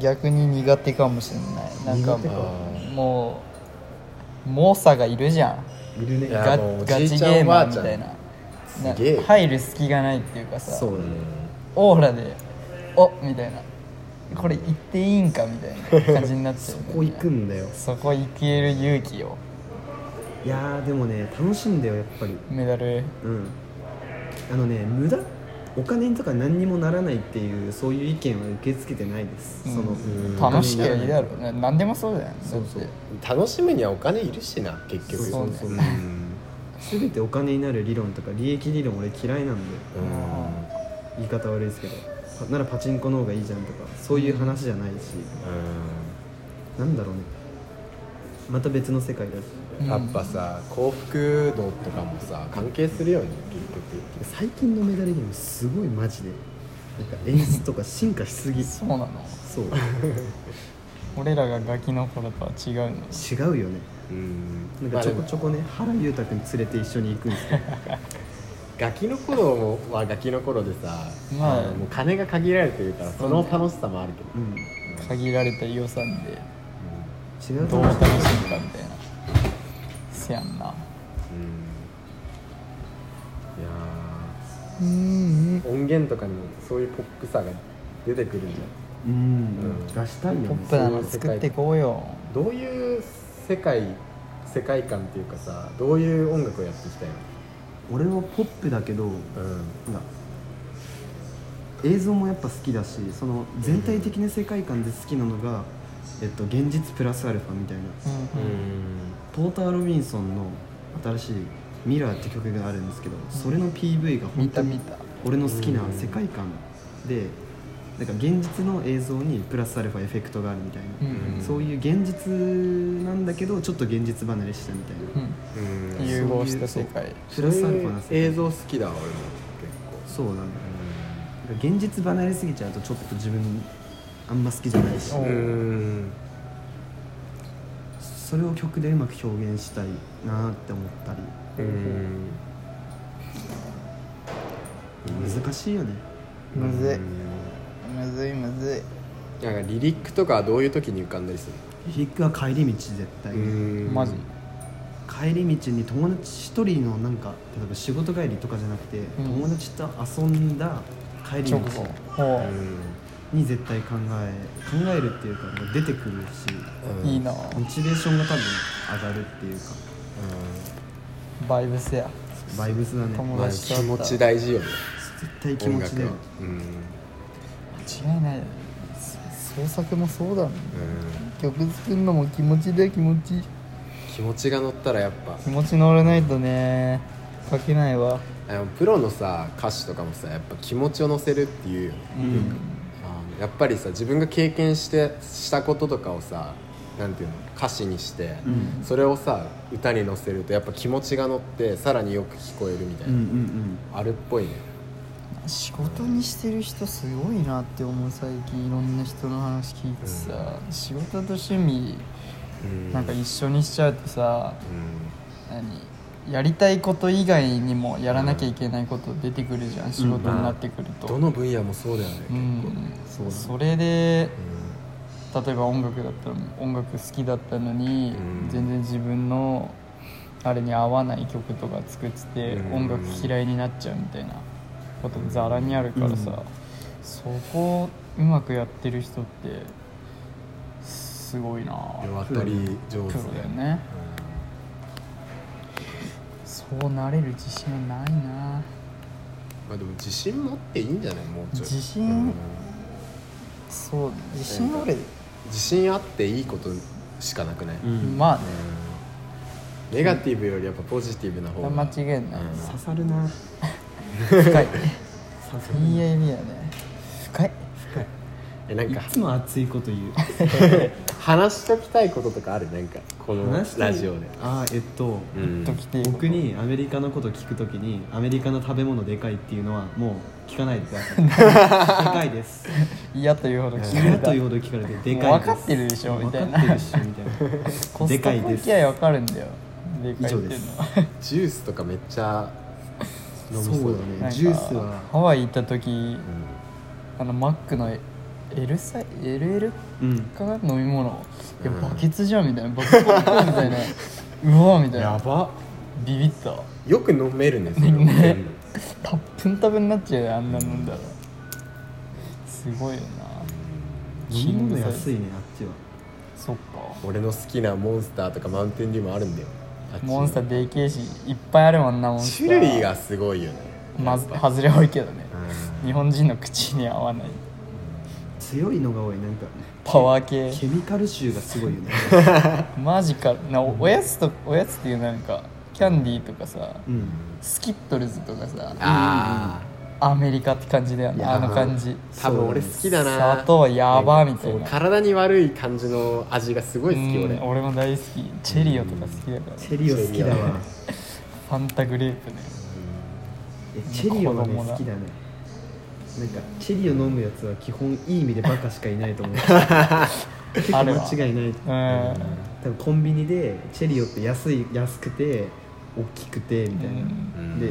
A: 逆に苦手かもしれないなんか
C: 苦手
B: か
A: もう猛者がいるじゃん
C: いるね
B: いや
A: ガ
B: あの
A: ガ
B: おじ
A: チ
B: いちゃん
A: ゲーマ
B: おばあ
A: ーみ
B: ちゃん
A: たいなな
B: すげえ
A: 入る隙がないっていうかさ
C: そうだね
A: オーラで「おみたいなこれ行っていいんかみたいな感じになっちゃう、
C: そこ行くんだよ
A: そこ行ける勇気を
C: いやーでもね楽しいんだよやっぱり
A: メダル
C: うんあのね無駄お金とか何にもならないっていうそういう意見は受け付けてないです、
A: うん
C: その
B: ん
A: 楽しきゃ
C: お
A: い
C: 金
A: い
C: になら
A: だ
C: な
A: ろな何でもそうだよねだ
C: そ
A: っ
C: うそう
A: て
B: 楽しむにはお金いるしな結局
A: そうそうそう
B: うん
C: 全てお金になる理論とか利益理論俺嫌いなんで
B: うん
C: 言い方悪いですけどパならパチンコの方がいいじゃんとかそういう話じゃないし、なんだろうねまた別の世界だし
B: うんやっぱさ幸福度とかもさ関係するよね結
C: 最近のメダルゲームすごいマジでなんか演出とか進化しすぎそ
A: そうなの
C: う
A: 俺らがガキの頃とは違うの
C: 違うよね
B: 局う
C: なん
B: んま
C: か
B: あ
C: ち
B: で
C: ょこ
B: も
C: ちょこね原裕太君連れて一緒に行くんですけど
B: ガキの頃はガキの頃でさ、
A: まあ
B: のもう金が限られてるからその楽しさもあるけ
C: う
B: ど、
C: ん
A: 限られた予算で
C: 違う
A: どう
C: 楽し
A: 楽
C: さ
A: しむかみたいなせやんな
B: うんいや
A: うん
B: ー音源とかにもそういうポップさが出てくるんじゃ
C: うん出したいよ
A: ポ
C: ね
A: ップなの作ってこうよ
B: んどういう世界世界観っていうかさどういう音楽をやっていきたい
C: 俺はポップだけど
B: のう
C: な
B: ん
C: んか映像もやっぱ好きだしその全体的な世界観で好きなのが、えっと、現実プラスアルファみたいな
A: うん
B: う
C: ポーター・ロビンソンの新しい「ミラー」って曲があるんですけどそれの PV が
A: 見
C: 本
A: た
C: 当
A: 見
C: に
A: た
C: 俺の好きな世界観でなんか現実の映像にプラスアルファエフェクトがあるみたいな、
A: うん
C: そういう現実なんだけどちょっと現実離れしたみたいな、
A: うん
B: うん
A: うん融合した世界
C: プラスアルファな
B: そう
C: 世
B: い
C: 界
B: う映像好きだ俺も結構
C: そうなんだなんか現実離れすぎちゃうとちょっと自分あんま好きじゃないし
A: おう
B: うん
C: それを曲でうまく表現したいなって思ったり
B: うん
C: 難しいよね
A: むずい
B: うん
A: むずいむずい
B: なんかリリックとかはどういう時に浮かんだりす
C: リリックは帰り道絶対、
B: るの
A: マジ
C: 帰り道に友達一人のなんか例えば仕事帰りとかじゃなくて、
A: ん
C: 友達と遊んだ帰り道
A: 直後ほ
B: う
C: に絶対考え考えるっていうかもう出てくるし
A: ういいな
C: モチベーションが多分上がるっていうか
A: バイブスや
C: バイブスだね
A: 友
B: まあ
A: 達と
B: 気
A: 会った
B: 持ち大事よね
C: 絶対気
B: 音
C: 持ち
B: 楽
C: だよ
B: はうん
A: 間違いないよ創作もそうだね
B: うん
A: 曲作るのも気持ちだよ気持ち
B: 気持ちが乗ったらやっぱ
A: 気持ち乗れないとね書けないわ
B: あのプロのさ歌手とかもさやっぱ気持ちを乗せるっていうよね
A: うん
B: あのやっぱりさ自分が経験してしたこととかをさなんていうの歌詞にして、それをさ歌に乗せるとやっぱ気持ちが乗ってさらによく聞こえるみたい
C: うんう
B: な、
C: ん
B: あるっぽいね
A: 仕事にしてる人すごいなって思う最近いろんな人の話聞いてさ仕事と趣味
B: うん
A: なんか一緒にしちゃうとさ
B: う
A: 何やりたいこと以外にもやらなきゃいけないこと出てくるじゃん仕事になってくる
B: ん、ど
A: と
B: の分野もそうだよね、
A: う
B: うん
A: ん
C: そうだね
A: それで例えば音楽だったら音楽好きだったのに、
B: うん
A: 全然自分のあれに合わない曲とか作ってて、
B: うん
A: 音楽嫌いになっちゃうみたいなこともざらにあるからさ、
C: うん
A: そこをうまくやってる人ってすごいな
B: 世渡り上
A: プ
B: 手
A: ロだよねそうなれる自信はないな
B: まあ、でも自信持っていいんじゃないもうちょい
A: 自信
B: うん
A: そう自信俺、
B: 自信あっていいことしかなくない、
C: うんうん
A: まあね
B: ネガティブよりやっぱポジティブな方が
A: 間違いない
B: うん
C: 刺さるな
A: 深 い
C: 刺さ
A: いい意味やね深い
B: えなん
C: るい
B: か
C: つも熱いこと言う
B: 話しときたいこととかあるなんかこの
C: 話して
B: ラジオで
C: あーえっと
B: うん
A: 時っていうこと
C: 僕にアメリカのこと聞くときにアメリカの食べ物でかいっていうのはもう聞かないでくださいでかいです
A: 嫌というほど聞かれ
C: 嫌
A: た
C: というほど聞かれてでかいです
A: もう分かってるでしょみたいな
C: 分かってるでしょみたいな
A: コ
C: で
A: スト
C: か
A: コ
C: いで
A: 行
C: す
A: きゃ分かるんだよでかいっていう
C: 以上で
A: の
C: す
A: は
B: ジュースとかめっちゃ飲み
C: そ
B: そうう
C: だ
B: だ
C: ね
B: ね
A: なんか
C: ジュースは
A: ハワイ行った時
B: うん
A: あのマックの L サイ LL
C: うん
A: かな飲み物いや
B: うん
A: バケツじゃんみたいなバケツバケツみたい なうわみたい
B: や
A: な
B: ば
A: ビビった
B: よく飲める ねそれ
A: ねたっぷんたぶんなっちゃうよあんな飲んだらすごいよな
C: 飲み物安い
A: い
C: ねあっちは
A: そっか
B: 俺の好きなモンスターとかマウンテンデューもあるんだよあっちに
A: モンスターでけえしいっぱいあるもんなモンスター
B: 種類がすごいよね
A: まず外れ多いけどね
B: うん
A: 日本人の口に合わない
C: 強いのが多いなんか
A: パワー系
C: ケミカル臭がすごいよね
A: マジかなおおやつとおやつっていうなんかキャンディーとかさ
C: うん
A: スキットルズとかさ
B: あ
A: アメリカって感じだよね
B: や
A: あの感じ
B: あ多分俺好きだな
A: 砂糖やばみたいな
B: 体に悪い感じの味がすごい好き
A: うん
B: 俺
A: 俺も大好きチェリオとか好きだから
C: チェリオ好きだわ
A: ファンタグレープね
C: えチェリオはね
A: 子供だ
C: 好きだねなんかチェリオ飲むやつは基本いい意味でバカしかいない と思う結構
A: あるわ
C: 間違いない
A: うん
C: 多分コンビニでチェリオって安い安くて大きくてみたいな、
B: うん
C: で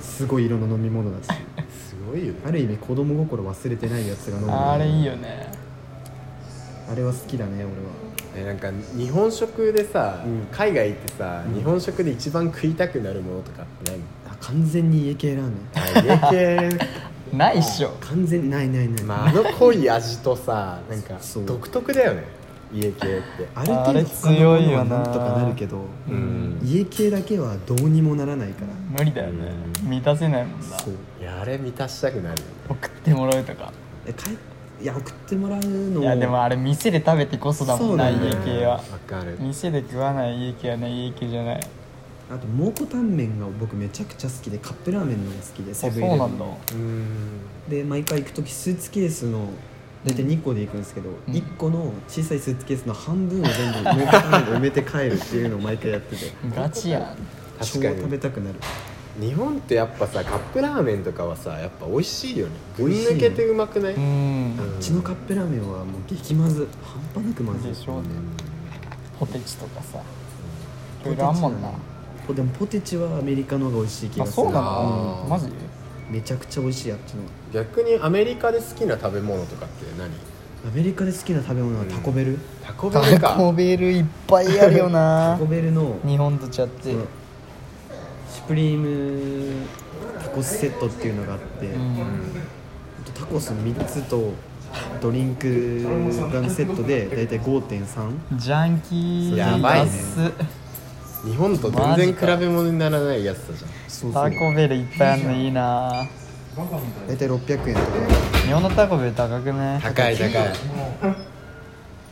C: すごい色の飲み物だ し
B: すごいよね
C: ある意味子供心忘れてないやつが飲む
A: あれいいよね
C: あれは好きだね俺は
B: えなんか日本食でさ、
C: うん
B: 海外行ってさ、日本食で一番食いたくなるものとかって何
C: あ完全に家系ラーメン
B: あ家
A: ないっしょ
C: 完全にないないない、
B: 系 まああの濃い味とさなんか
C: そう
B: 独特だよね家系って
C: ある
A: あ
C: 程
A: れ
C: 度他の
A: 強い
C: もの
A: よ
C: は
A: な
C: なんとかなるけど
B: うん
C: 家系だけはどうにもならないから、
A: 無理だよね満たせないもんな
C: そう
B: いやあれ満たしたくなるよね
A: 送ってもらうとか
C: え帰いや送ってもらうの
A: いやでもあれ店で食べてこそだもんな
C: そうだ
A: 家
C: ね
A: 系は
B: わかる
A: 店で食わない家系はね家系じゃない
C: あと蒙古タンメンが僕めちゃくちゃ好きでカップラーメンのが好きでセブンイレブン
A: そうなんだ
C: の
B: うん
C: で毎回行く時スーツケースの大体2個で行くんですけど、
A: うん
C: 1個の小さいスーツケースの半分を全部蒙古タンメンで埋めて帰るっていうのを毎回やってて
A: ガチやん
B: 確か
C: 超食べ
B: に
C: たくなる
B: 日本ってやっぱさカップラーメンとかはさやっぱ美味しいよねぶん抜けてうまくない、
A: うん
C: う
B: ん
C: ちのカップラーメンはもう激まず半端なくまずい
A: でしょうねポテチとかさい
C: ポ
A: ろ
C: テ
A: い
C: チ
A: ろあんもんな
C: ポでもポテチはアメリカの方が美味しい気
A: あ
C: がする
A: そうな
B: あ
A: の
B: ー
A: マジ
C: めちゃくちゃ美味しいあっちの
B: 逆にアメリカで好きな食べ物とかって何
C: アメリカで好きな食べ物はタコベル、
B: タコベル
A: タコ
B: か
A: ベルいっぱいあるよ
C: タ
A: な
C: コベルの
A: 日本と違って
C: そのシュプリームタコスセットっていうのがあって、
A: うん
C: タコス3つとドリンクがセットで大体5.3
A: ジャンキー
B: やばいね
A: 安っ
B: 日本と全然比べ物にならないやつだじゃん
C: そうそ
A: タ
C: う
A: コベルいっぱいあるのいいな
C: 大体600円とか
A: 日本のタコベル高くね
B: 高い高い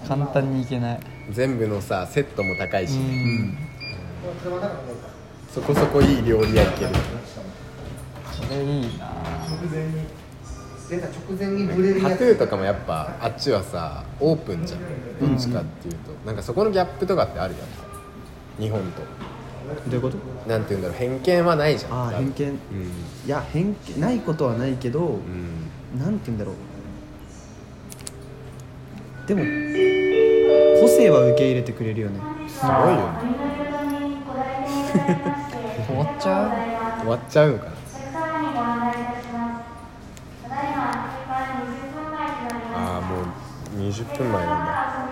A: 簡単にいけない
B: 全部のさセットも高いし
A: う
B: ね、
A: ん
B: そこそこいい料理屋行ける
A: それいいな
B: タトゥーとかもやっぱあっちはさオープンじゃんどっちかっていうと、なんかそこのギャップとかってあるじゃん日本と
C: どういうこと
B: なんて言うんだろう偏見はないじゃん
C: ああ
B: 多分
C: 偏見
B: うん
C: いや偏見ないことはないけど、
B: うん
C: なんて言うんだろうでも個性は受け入れてくれるよね
B: すごいよね
A: 終わっちゃ
B: 終わっちゃうのかなああもう20分前なんだ
A: う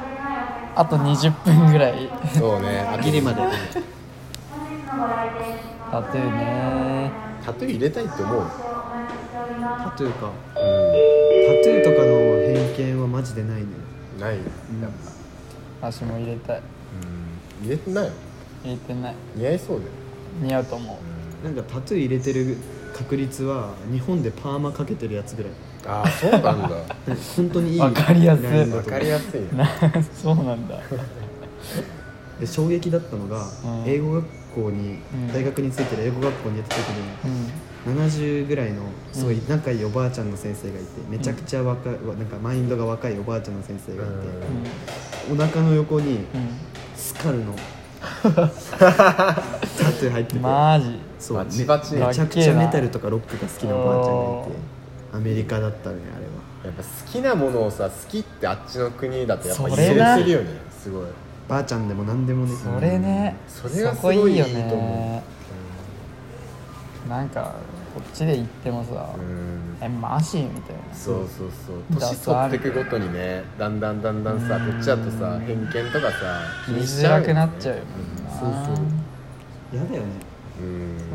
A: あと20分ぐらい
B: そうねあと
C: ギリまで
A: タトゥーね
B: タトゥー入れたいって思う、うん、
C: タトゥーかタトゥーとかの偏見はマジでないね
B: ないやっぱ、
A: 足も入れたい
B: うん、入れてないよ
A: 入れてない
B: 似合いそうだよ
A: 似合うと思
C: なんかタトゥー入れてる確率は日本でパーマかけてるやつぐらい
B: ああそうなんだ
C: なんか本当にいい
A: わかりやすい
C: ラインだと
B: わ
C: 思う
B: かりやすいうね
A: なそう なんだ
C: で衝撃だったのが、
A: うん
C: 英語学校
A: う
C: に、
A: ん
C: 大学についてる英語学校にやった時に
A: うん
C: 70ぐらいのすごい
A: うん
C: 仲いいおばあちゃんの先生がいてめちゃくちゃ若い、なんかマインドが若いおばあちゃんの先生がいて、
A: うん
C: お腹の横に
A: う
C: ス カルのタトゥー入ってて、
A: んマジ
C: そう
B: バ
C: め
B: チバチ
C: めち
A: か
C: ゃくち
A: っけー
C: ゃ
A: な
C: メタルとかロックが好きなおばあちゃんがいてアメリカだったねあれは
B: やっぱ好きなものをさ好きってあっちの国だとやっぱ
A: そ
B: 依
A: れな
B: 存するよねすごい
C: ばあちゃんでも何でもね
A: それね
B: それがす
A: こ
B: ごい
A: いいよ
B: いいと
A: ね
B: 思
A: なんかこっちで行ってもさ
B: うん
A: えマジみたいな
B: そうそうそう
A: だ
B: 年取ってくごとにねだんだんだんだんさ
A: うん
B: こっちだとさ偏見とかさ気
A: 見
B: にしち
A: づ
B: ゃ
A: ら
B: うよね
A: くなっちゃうよな
C: そうやだよね
B: う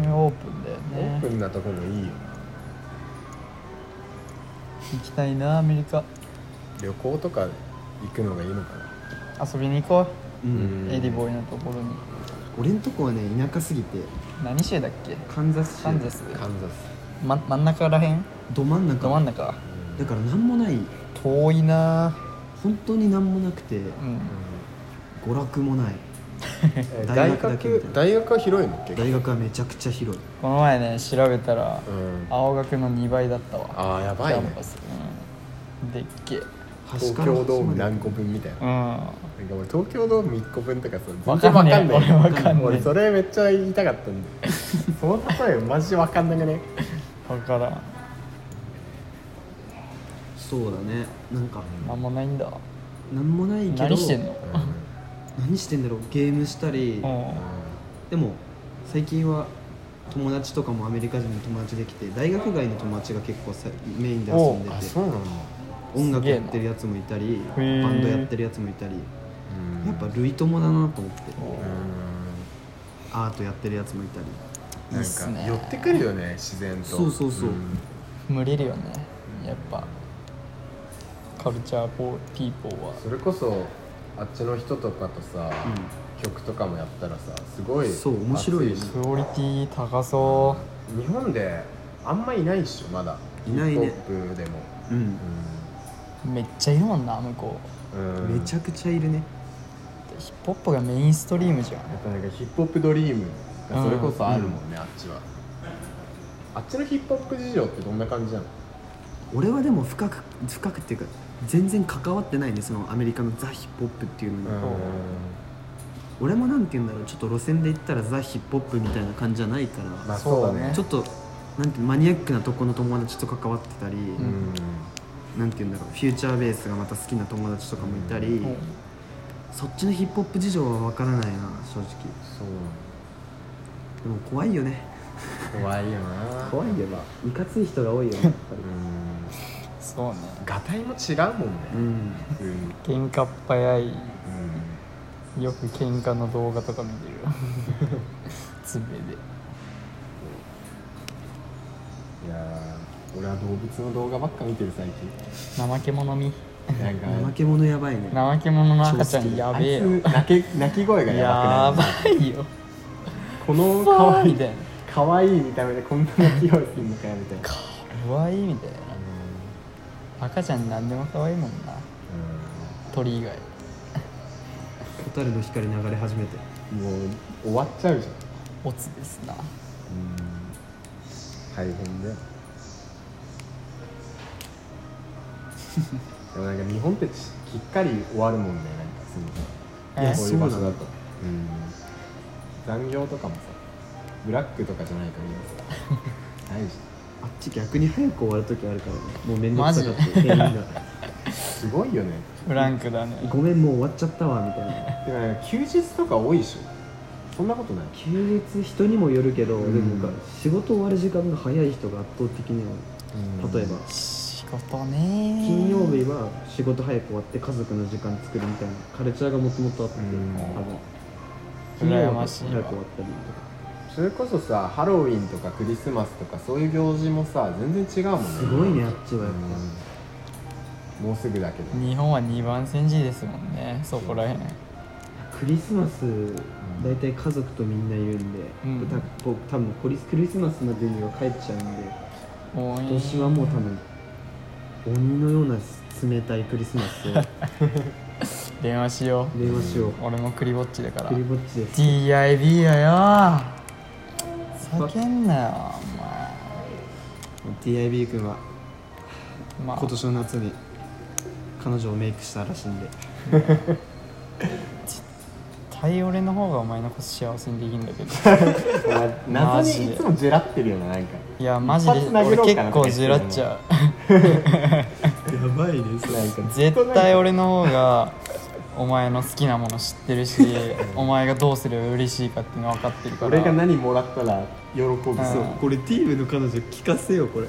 B: ん
A: これオープンだよ
B: オー
A: ね
B: プンなとこもいいよ
A: 行きたいなアメリカ
B: 旅行とか行くのがいいのかな
A: 遊びに行こ
C: う、
B: うん
A: うエディボーイのところに
C: 俺んとこはね田舎すぎて
A: 何州だっけ
C: カンザス州
A: カンザス
B: カンザス
A: ま真ん中らへん
C: ど真ん中
A: ど真ん中
C: だから何もない
A: 遠いな
C: 本当に何もなくて
A: うん
C: 娯楽もない
B: え
C: 大
B: 大
C: 学だけみ
B: 学
C: たいな
B: 大学は広いの結構
C: 大学はめちゃくちゃ広い
A: この前ね調べたら
B: うん
A: 青学の2倍だったわ
B: ああやばいね
A: キャンパスうんでっけ
C: 端
B: 東
C: から
B: 京
C: 端
B: ドー
C: ま
B: ム
C: で
B: 何個分みたいな
A: うん
B: なんか俺東京ドーム1個分とかさ全
A: わかんねえ
B: 然
A: 俺わかんねえ
B: 俺それめっちゃ言いたかったんだよその例えマジわかんなくね
A: 分からん
C: そうだねなんか
A: 何もないんだ
C: 何もないけど
A: 何してんの
C: 何してんだろうゲームしたり
A: う
C: でも最近は友達とかもアメリカ人の友達できて大学外の友達が結構さメインで遊んでて
B: あそうなの
C: 音楽やってるやつもいたりバ
A: げえなへー
C: ンドやってるやつもいたり
B: うん
C: やっぱ類友だなと思って
B: う
C: アートやってるやつもいたり
B: ん
A: いいっすね
B: なんか寄ってくるよね自然と
C: そうそうそうん
A: ん群れるよねやっぱカルチャーポーピーポーは
B: それこそあっちの人とかとさ、曲とかもやったらさすごい
C: そう面白いよね
B: 熱し
A: クオリティ高そ
B: 日本であんまいないっしょまだ
C: いないね
B: ヒップホップでも
C: うん、
A: うめっちゃいるもんな向こ
B: う
C: め
B: ん
C: ちゃくちゃいるね
A: うヒップホップがメインストリームじゃん
B: やっぱなんかヒップホップドリーム
A: うん
B: それこそあるもんね、あっちはあっちのヒップホップ事情ってどんな感じなの
C: 俺はでも深く深くっていうか全然関わってないねそのアメリカのザ・ヒップホップっていうのに、俺もなんて言うんだろうちょっと路線で言ったらザ・ヒップホップみたいな感じじゃないから、
B: まあそうだね
C: ちょっとなんてマニアックなとこの友達と関わってたり、
B: うん
C: なんて言うんだろうフューチャーベースがまた好きな友達とかもいたり、
A: うん
C: そっちのヒップホップ事情は分からないな正直
B: そう
C: でも怖いよね
B: なんだ怖いよな
C: 怖いよいかつい人が多いよねやっぱり
B: うん
A: そうね
B: がたいも違うもん
C: う
B: ね
C: ん
B: うん、う
A: 喧
B: ん
A: 嘩っ早いよく喧嘩の動画とか見てるよ つべで
B: いやー俺は動物の動画ばっか見てる最近
A: 怠け者見
B: なん か
C: 怠け者やばいね
A: 怠け者の赤ちゃんや
B: あ
A: べえ
B: いつ
A: よ
B: 泣け泣き声がやば
A: や
B: くない
A: ばいよ
B: この可愛い
A: みたいな
B: 可愛い見た目でこんな泣き声するのかよみたいな
A: 可愛いみたいな赤ちゃん何でも可愛いもんな鳥以外
C: 蛍の光流れ始めて
B: うんもう終わっちゃうじゃん
A: オツですな
B: 大変だよでもなんか日本ってきっかり終わるもんねなんかすごい
A: いや
B: こういう場所
C: そうな
B: だ
C: んだ
B: とうん残業とかもさブラックとかじゃないからさないじ
C: あっち逆に早く終わる時あるからねもう面倒
A: マ
C: く
A: ジ
C: さかった店員が
B: ゃんすごいよね
A: フランクだね
C: 「ごめんもう終わっちゃったわ」みたいな
B: でもなんか休日とか多いでしょそんなことない
C: 休日人にもよるけど、
B: うん
C: でもなんか仕事終わる時間が早い人が圧倒的に多い例えば
A: 仕事ね
C: 金曜日は仕事早く終わって家族の時間作るみたいなカルチャーがもともとあって、
B: うん
C: あの金曜
A: 羨
C: は
A: ましい
C: 早く終
A: わ
C: わったりとか
B: それこそさハロウィンとかクリスマスとかそういう行事もさ全然違うもんね
C: すごいねあっち
B: う
C: はやっ
B: んもうすぐだけど、
A: 日本は2番煎じですもんねそこらへん
C: ぱクリスマス大体家族とみんないるんで、
A: うん
C: た僕多分ポリスクリスマスまでには帰っちゃうんで
A: 多い
C: 今年はもう多分鬼のような冷たいクリスマスを
A: 電話しよ
C: 電話しよう
A: う俺もクリぼっちだから
C: クリぼっちです
A: DIB だよ叫んなよお前
C: DIB 君は
A: まあ
C: 今年の夏に彼女をメイクしたらしいんで
A: 対俺の方がお前のこと幸せにできるんだけど
B: まあ
A: マ
B: 謎
A: ジ
B: に
A: で
B: いつもジェラってるよななんか
A: いやマジで
B: 一発殴
A: 俺
B: ろうかな
A: 結構じらっちゃう
C: やばいねそ
B: なんか
A: 絶対俺の方がお前の好きなもの知って るしお前がどうすれば嬉しいかっていうの分かってるから
B: 俺が何もらったら喜ぶそううん
C: これ T 部の彼女聞かせよこれ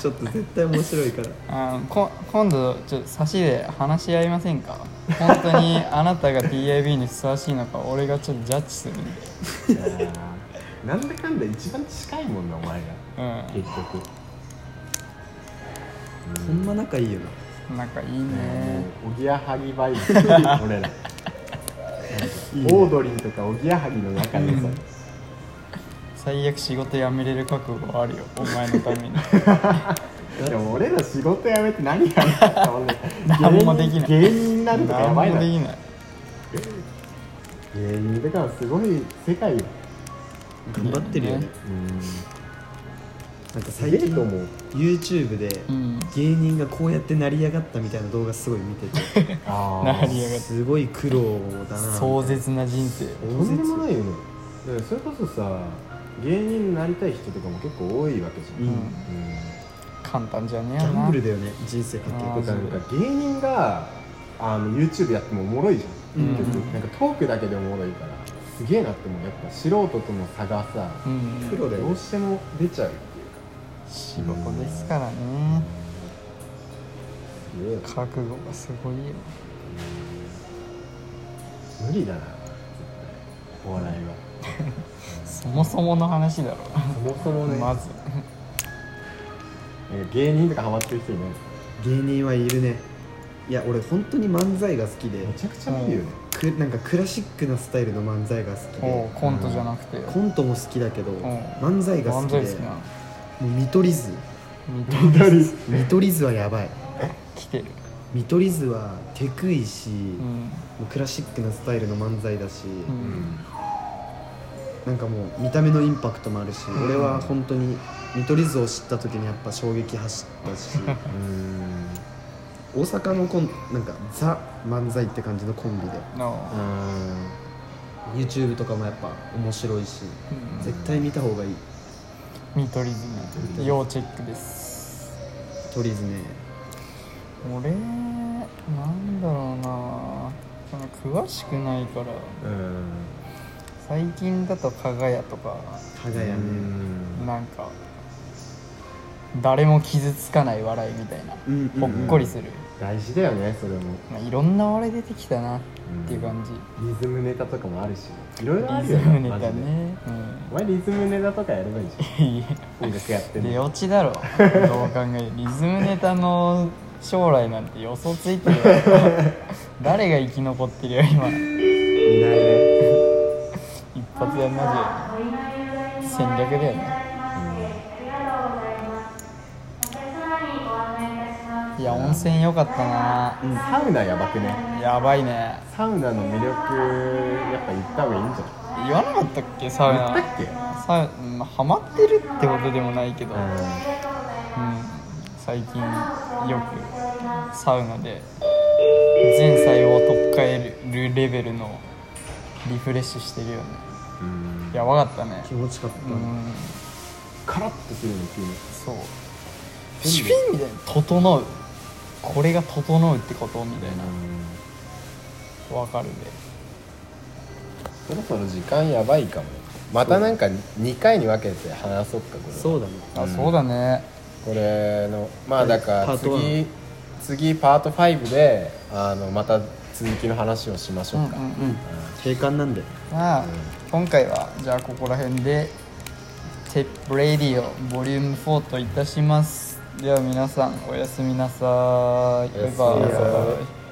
C: ちょっと絶対面白いから
A: あのこ今度ちょっと差しで話し合いませんか本当にあなたが DIB にふさわしいのか俺がちょっとジャッジするんで
B: いやー なんだかんだ一番近いもんなお前が
A: う
B: 結局
C: ほんま仲いいよなん
A: なんかいいね
B: もうおぎやはぎバイブ俺らオードリーとかおぎやはぎの中でさ
A: 最悪仕事辞めれる覚悟はあるよお前のために
B: でも俺ら仕事辞めて何やるんだろうね
A: 何もできない
B: 芸人芸人になるとかや
A: 何も
B: ば
A: で
B: いな
A: きない
B: 芸人だからすごい世界よ
C: 頑張ってるよ
A: い
C: ね
A: いね
B: うん
C: なんか
B: す
C: 最
B: げえ
C: 近
B: と思う
C: YouTube で
A: うん
C: 芸人がこうやって成り上がったみたいな動画すごい見てて
B: あー
A: 成り上がって
C: すごい苦労だな
A: 壮絶な人生
B: とんでもないよねだからそれこそさ芸人になりたい人とかも結構多いわけじゃん、
C: う
B: うんん
A: 簡単じゃねえ
C: ギ
A: よ
C: ャン
A: な
C: ブルだよね人生かけ
A: あ
B: だからなんか芸人があの YouTube やってもおもろいじゃん、
A: うん
B: 結局なんかトークだけでおもろいからすげえなってもうやっぱ素人との差がさ、
A: うん
C: 苦労だよ
B: どうしても出ちゃうって
A: 仕事ですから
B: いう
A: ね
B: か、すげえよ
A: 覚悟がすごいよ
B: 無理だな絶対お笑いは
A: そもそもの話だろ
B: そもそもね、
A: まず
B: なんか芸人とかハマってる人いない
C: 芸人はいるねいや俺本当に漫才が好きで
B: めちゃくちゃ見るよね、
C: くなんかクラシックなスタイルの漫才が好き
A: おう
C: で
A: コントじゃなくて
C: コントも好きだけど
A: ん
C: 漫才が好
A: 漫
C: きで
A: 才好きなの
C: もう見取り図
A: 見
B: 誰
C: 見取り図はやばい
A: 来てる
C: 見取り図は手食いし、
A: うん
C: もうクラシックなスタイルの漫才だし、
A: うん
C: なんかもう見た目のインパクトもあるし、俺は本当に見取り図を知った時にやっぱ衝撃走った し
B: うん
C: 大阪のコンなんかザ漫才って感じのコンビで
B: う
A: No
B: ん
C: YouTube とかもやっぱ面白いし、
A: うん
C: 絶対見た方がいい
A: 見取り図要チェックです
C: 取り図ね
A: 俺なんだろうなその詳しくないから
B: うん
A: 最近だと加賀屋とか
C: 加賀屋ね
B: うん
A: なんか誰も傷つかない笑いみたいな
C: うんうん
A: ほ
C: う
A: っ
C: ん
A: こりする、
B: 大事だよねそれも
A: まあ、いろんな笑い出てきたなっていう感じ、
B: リズムネタとかもあるしいろいろあ
A: リ
B: る
A: ズ
B: よ
A: ム
B: ね
A: ネ
B: マ
A: タ
B: ジで
A: ね、
B: お前リズムネタとかやればいいじ
A: うんいい
B: ゃん音楽やって
A: 出
B: ね
A: 落ち だろどう考えリズムネタの将来なんて予想ついてるよ誰が生き残ってるよ今
B: いないね
A: 一発やんなじ戦略だよねいや温泉良かったな
B: サウナやばくね
A: やばいね
B: サウナの魅力やっぱ行った方がいいんじゃ
A: 言わなかったっけサウナ
B: ない言ったっけ
A: サウまあハマってるってことでもないけど、うん
B: う
A: 最近よくサウナで全細胞を取っ替えるレベルのリフレッシュしてるよね
B: ん
A: やばかったね
C: 気持ちよかっ
A: う
C: た、
A: ん
B: カラッとするの急に
A: そうシュピンみたいな「整う」これが整うってことみたいなわかるで
B: そろそろ時間やばいかもまたなんか2回に分けて話そうかこれ
C: そうだね
A: あそうだね
B: これのまあだか
C: パ
B: ら
C: ートワン
B: 次次パート5であのまた続きの話をしまし
A: う
B: ょ
A: ん
B: う
A: うん
B: か、
C: うん景観なんで
A: まあ今回はじゃあここら辺で「テップレディオボリューム4といたしますでは皆さんおやすみなさい
B: お
A: バ
B: や
A: イ
B: すみなさい
A: バイ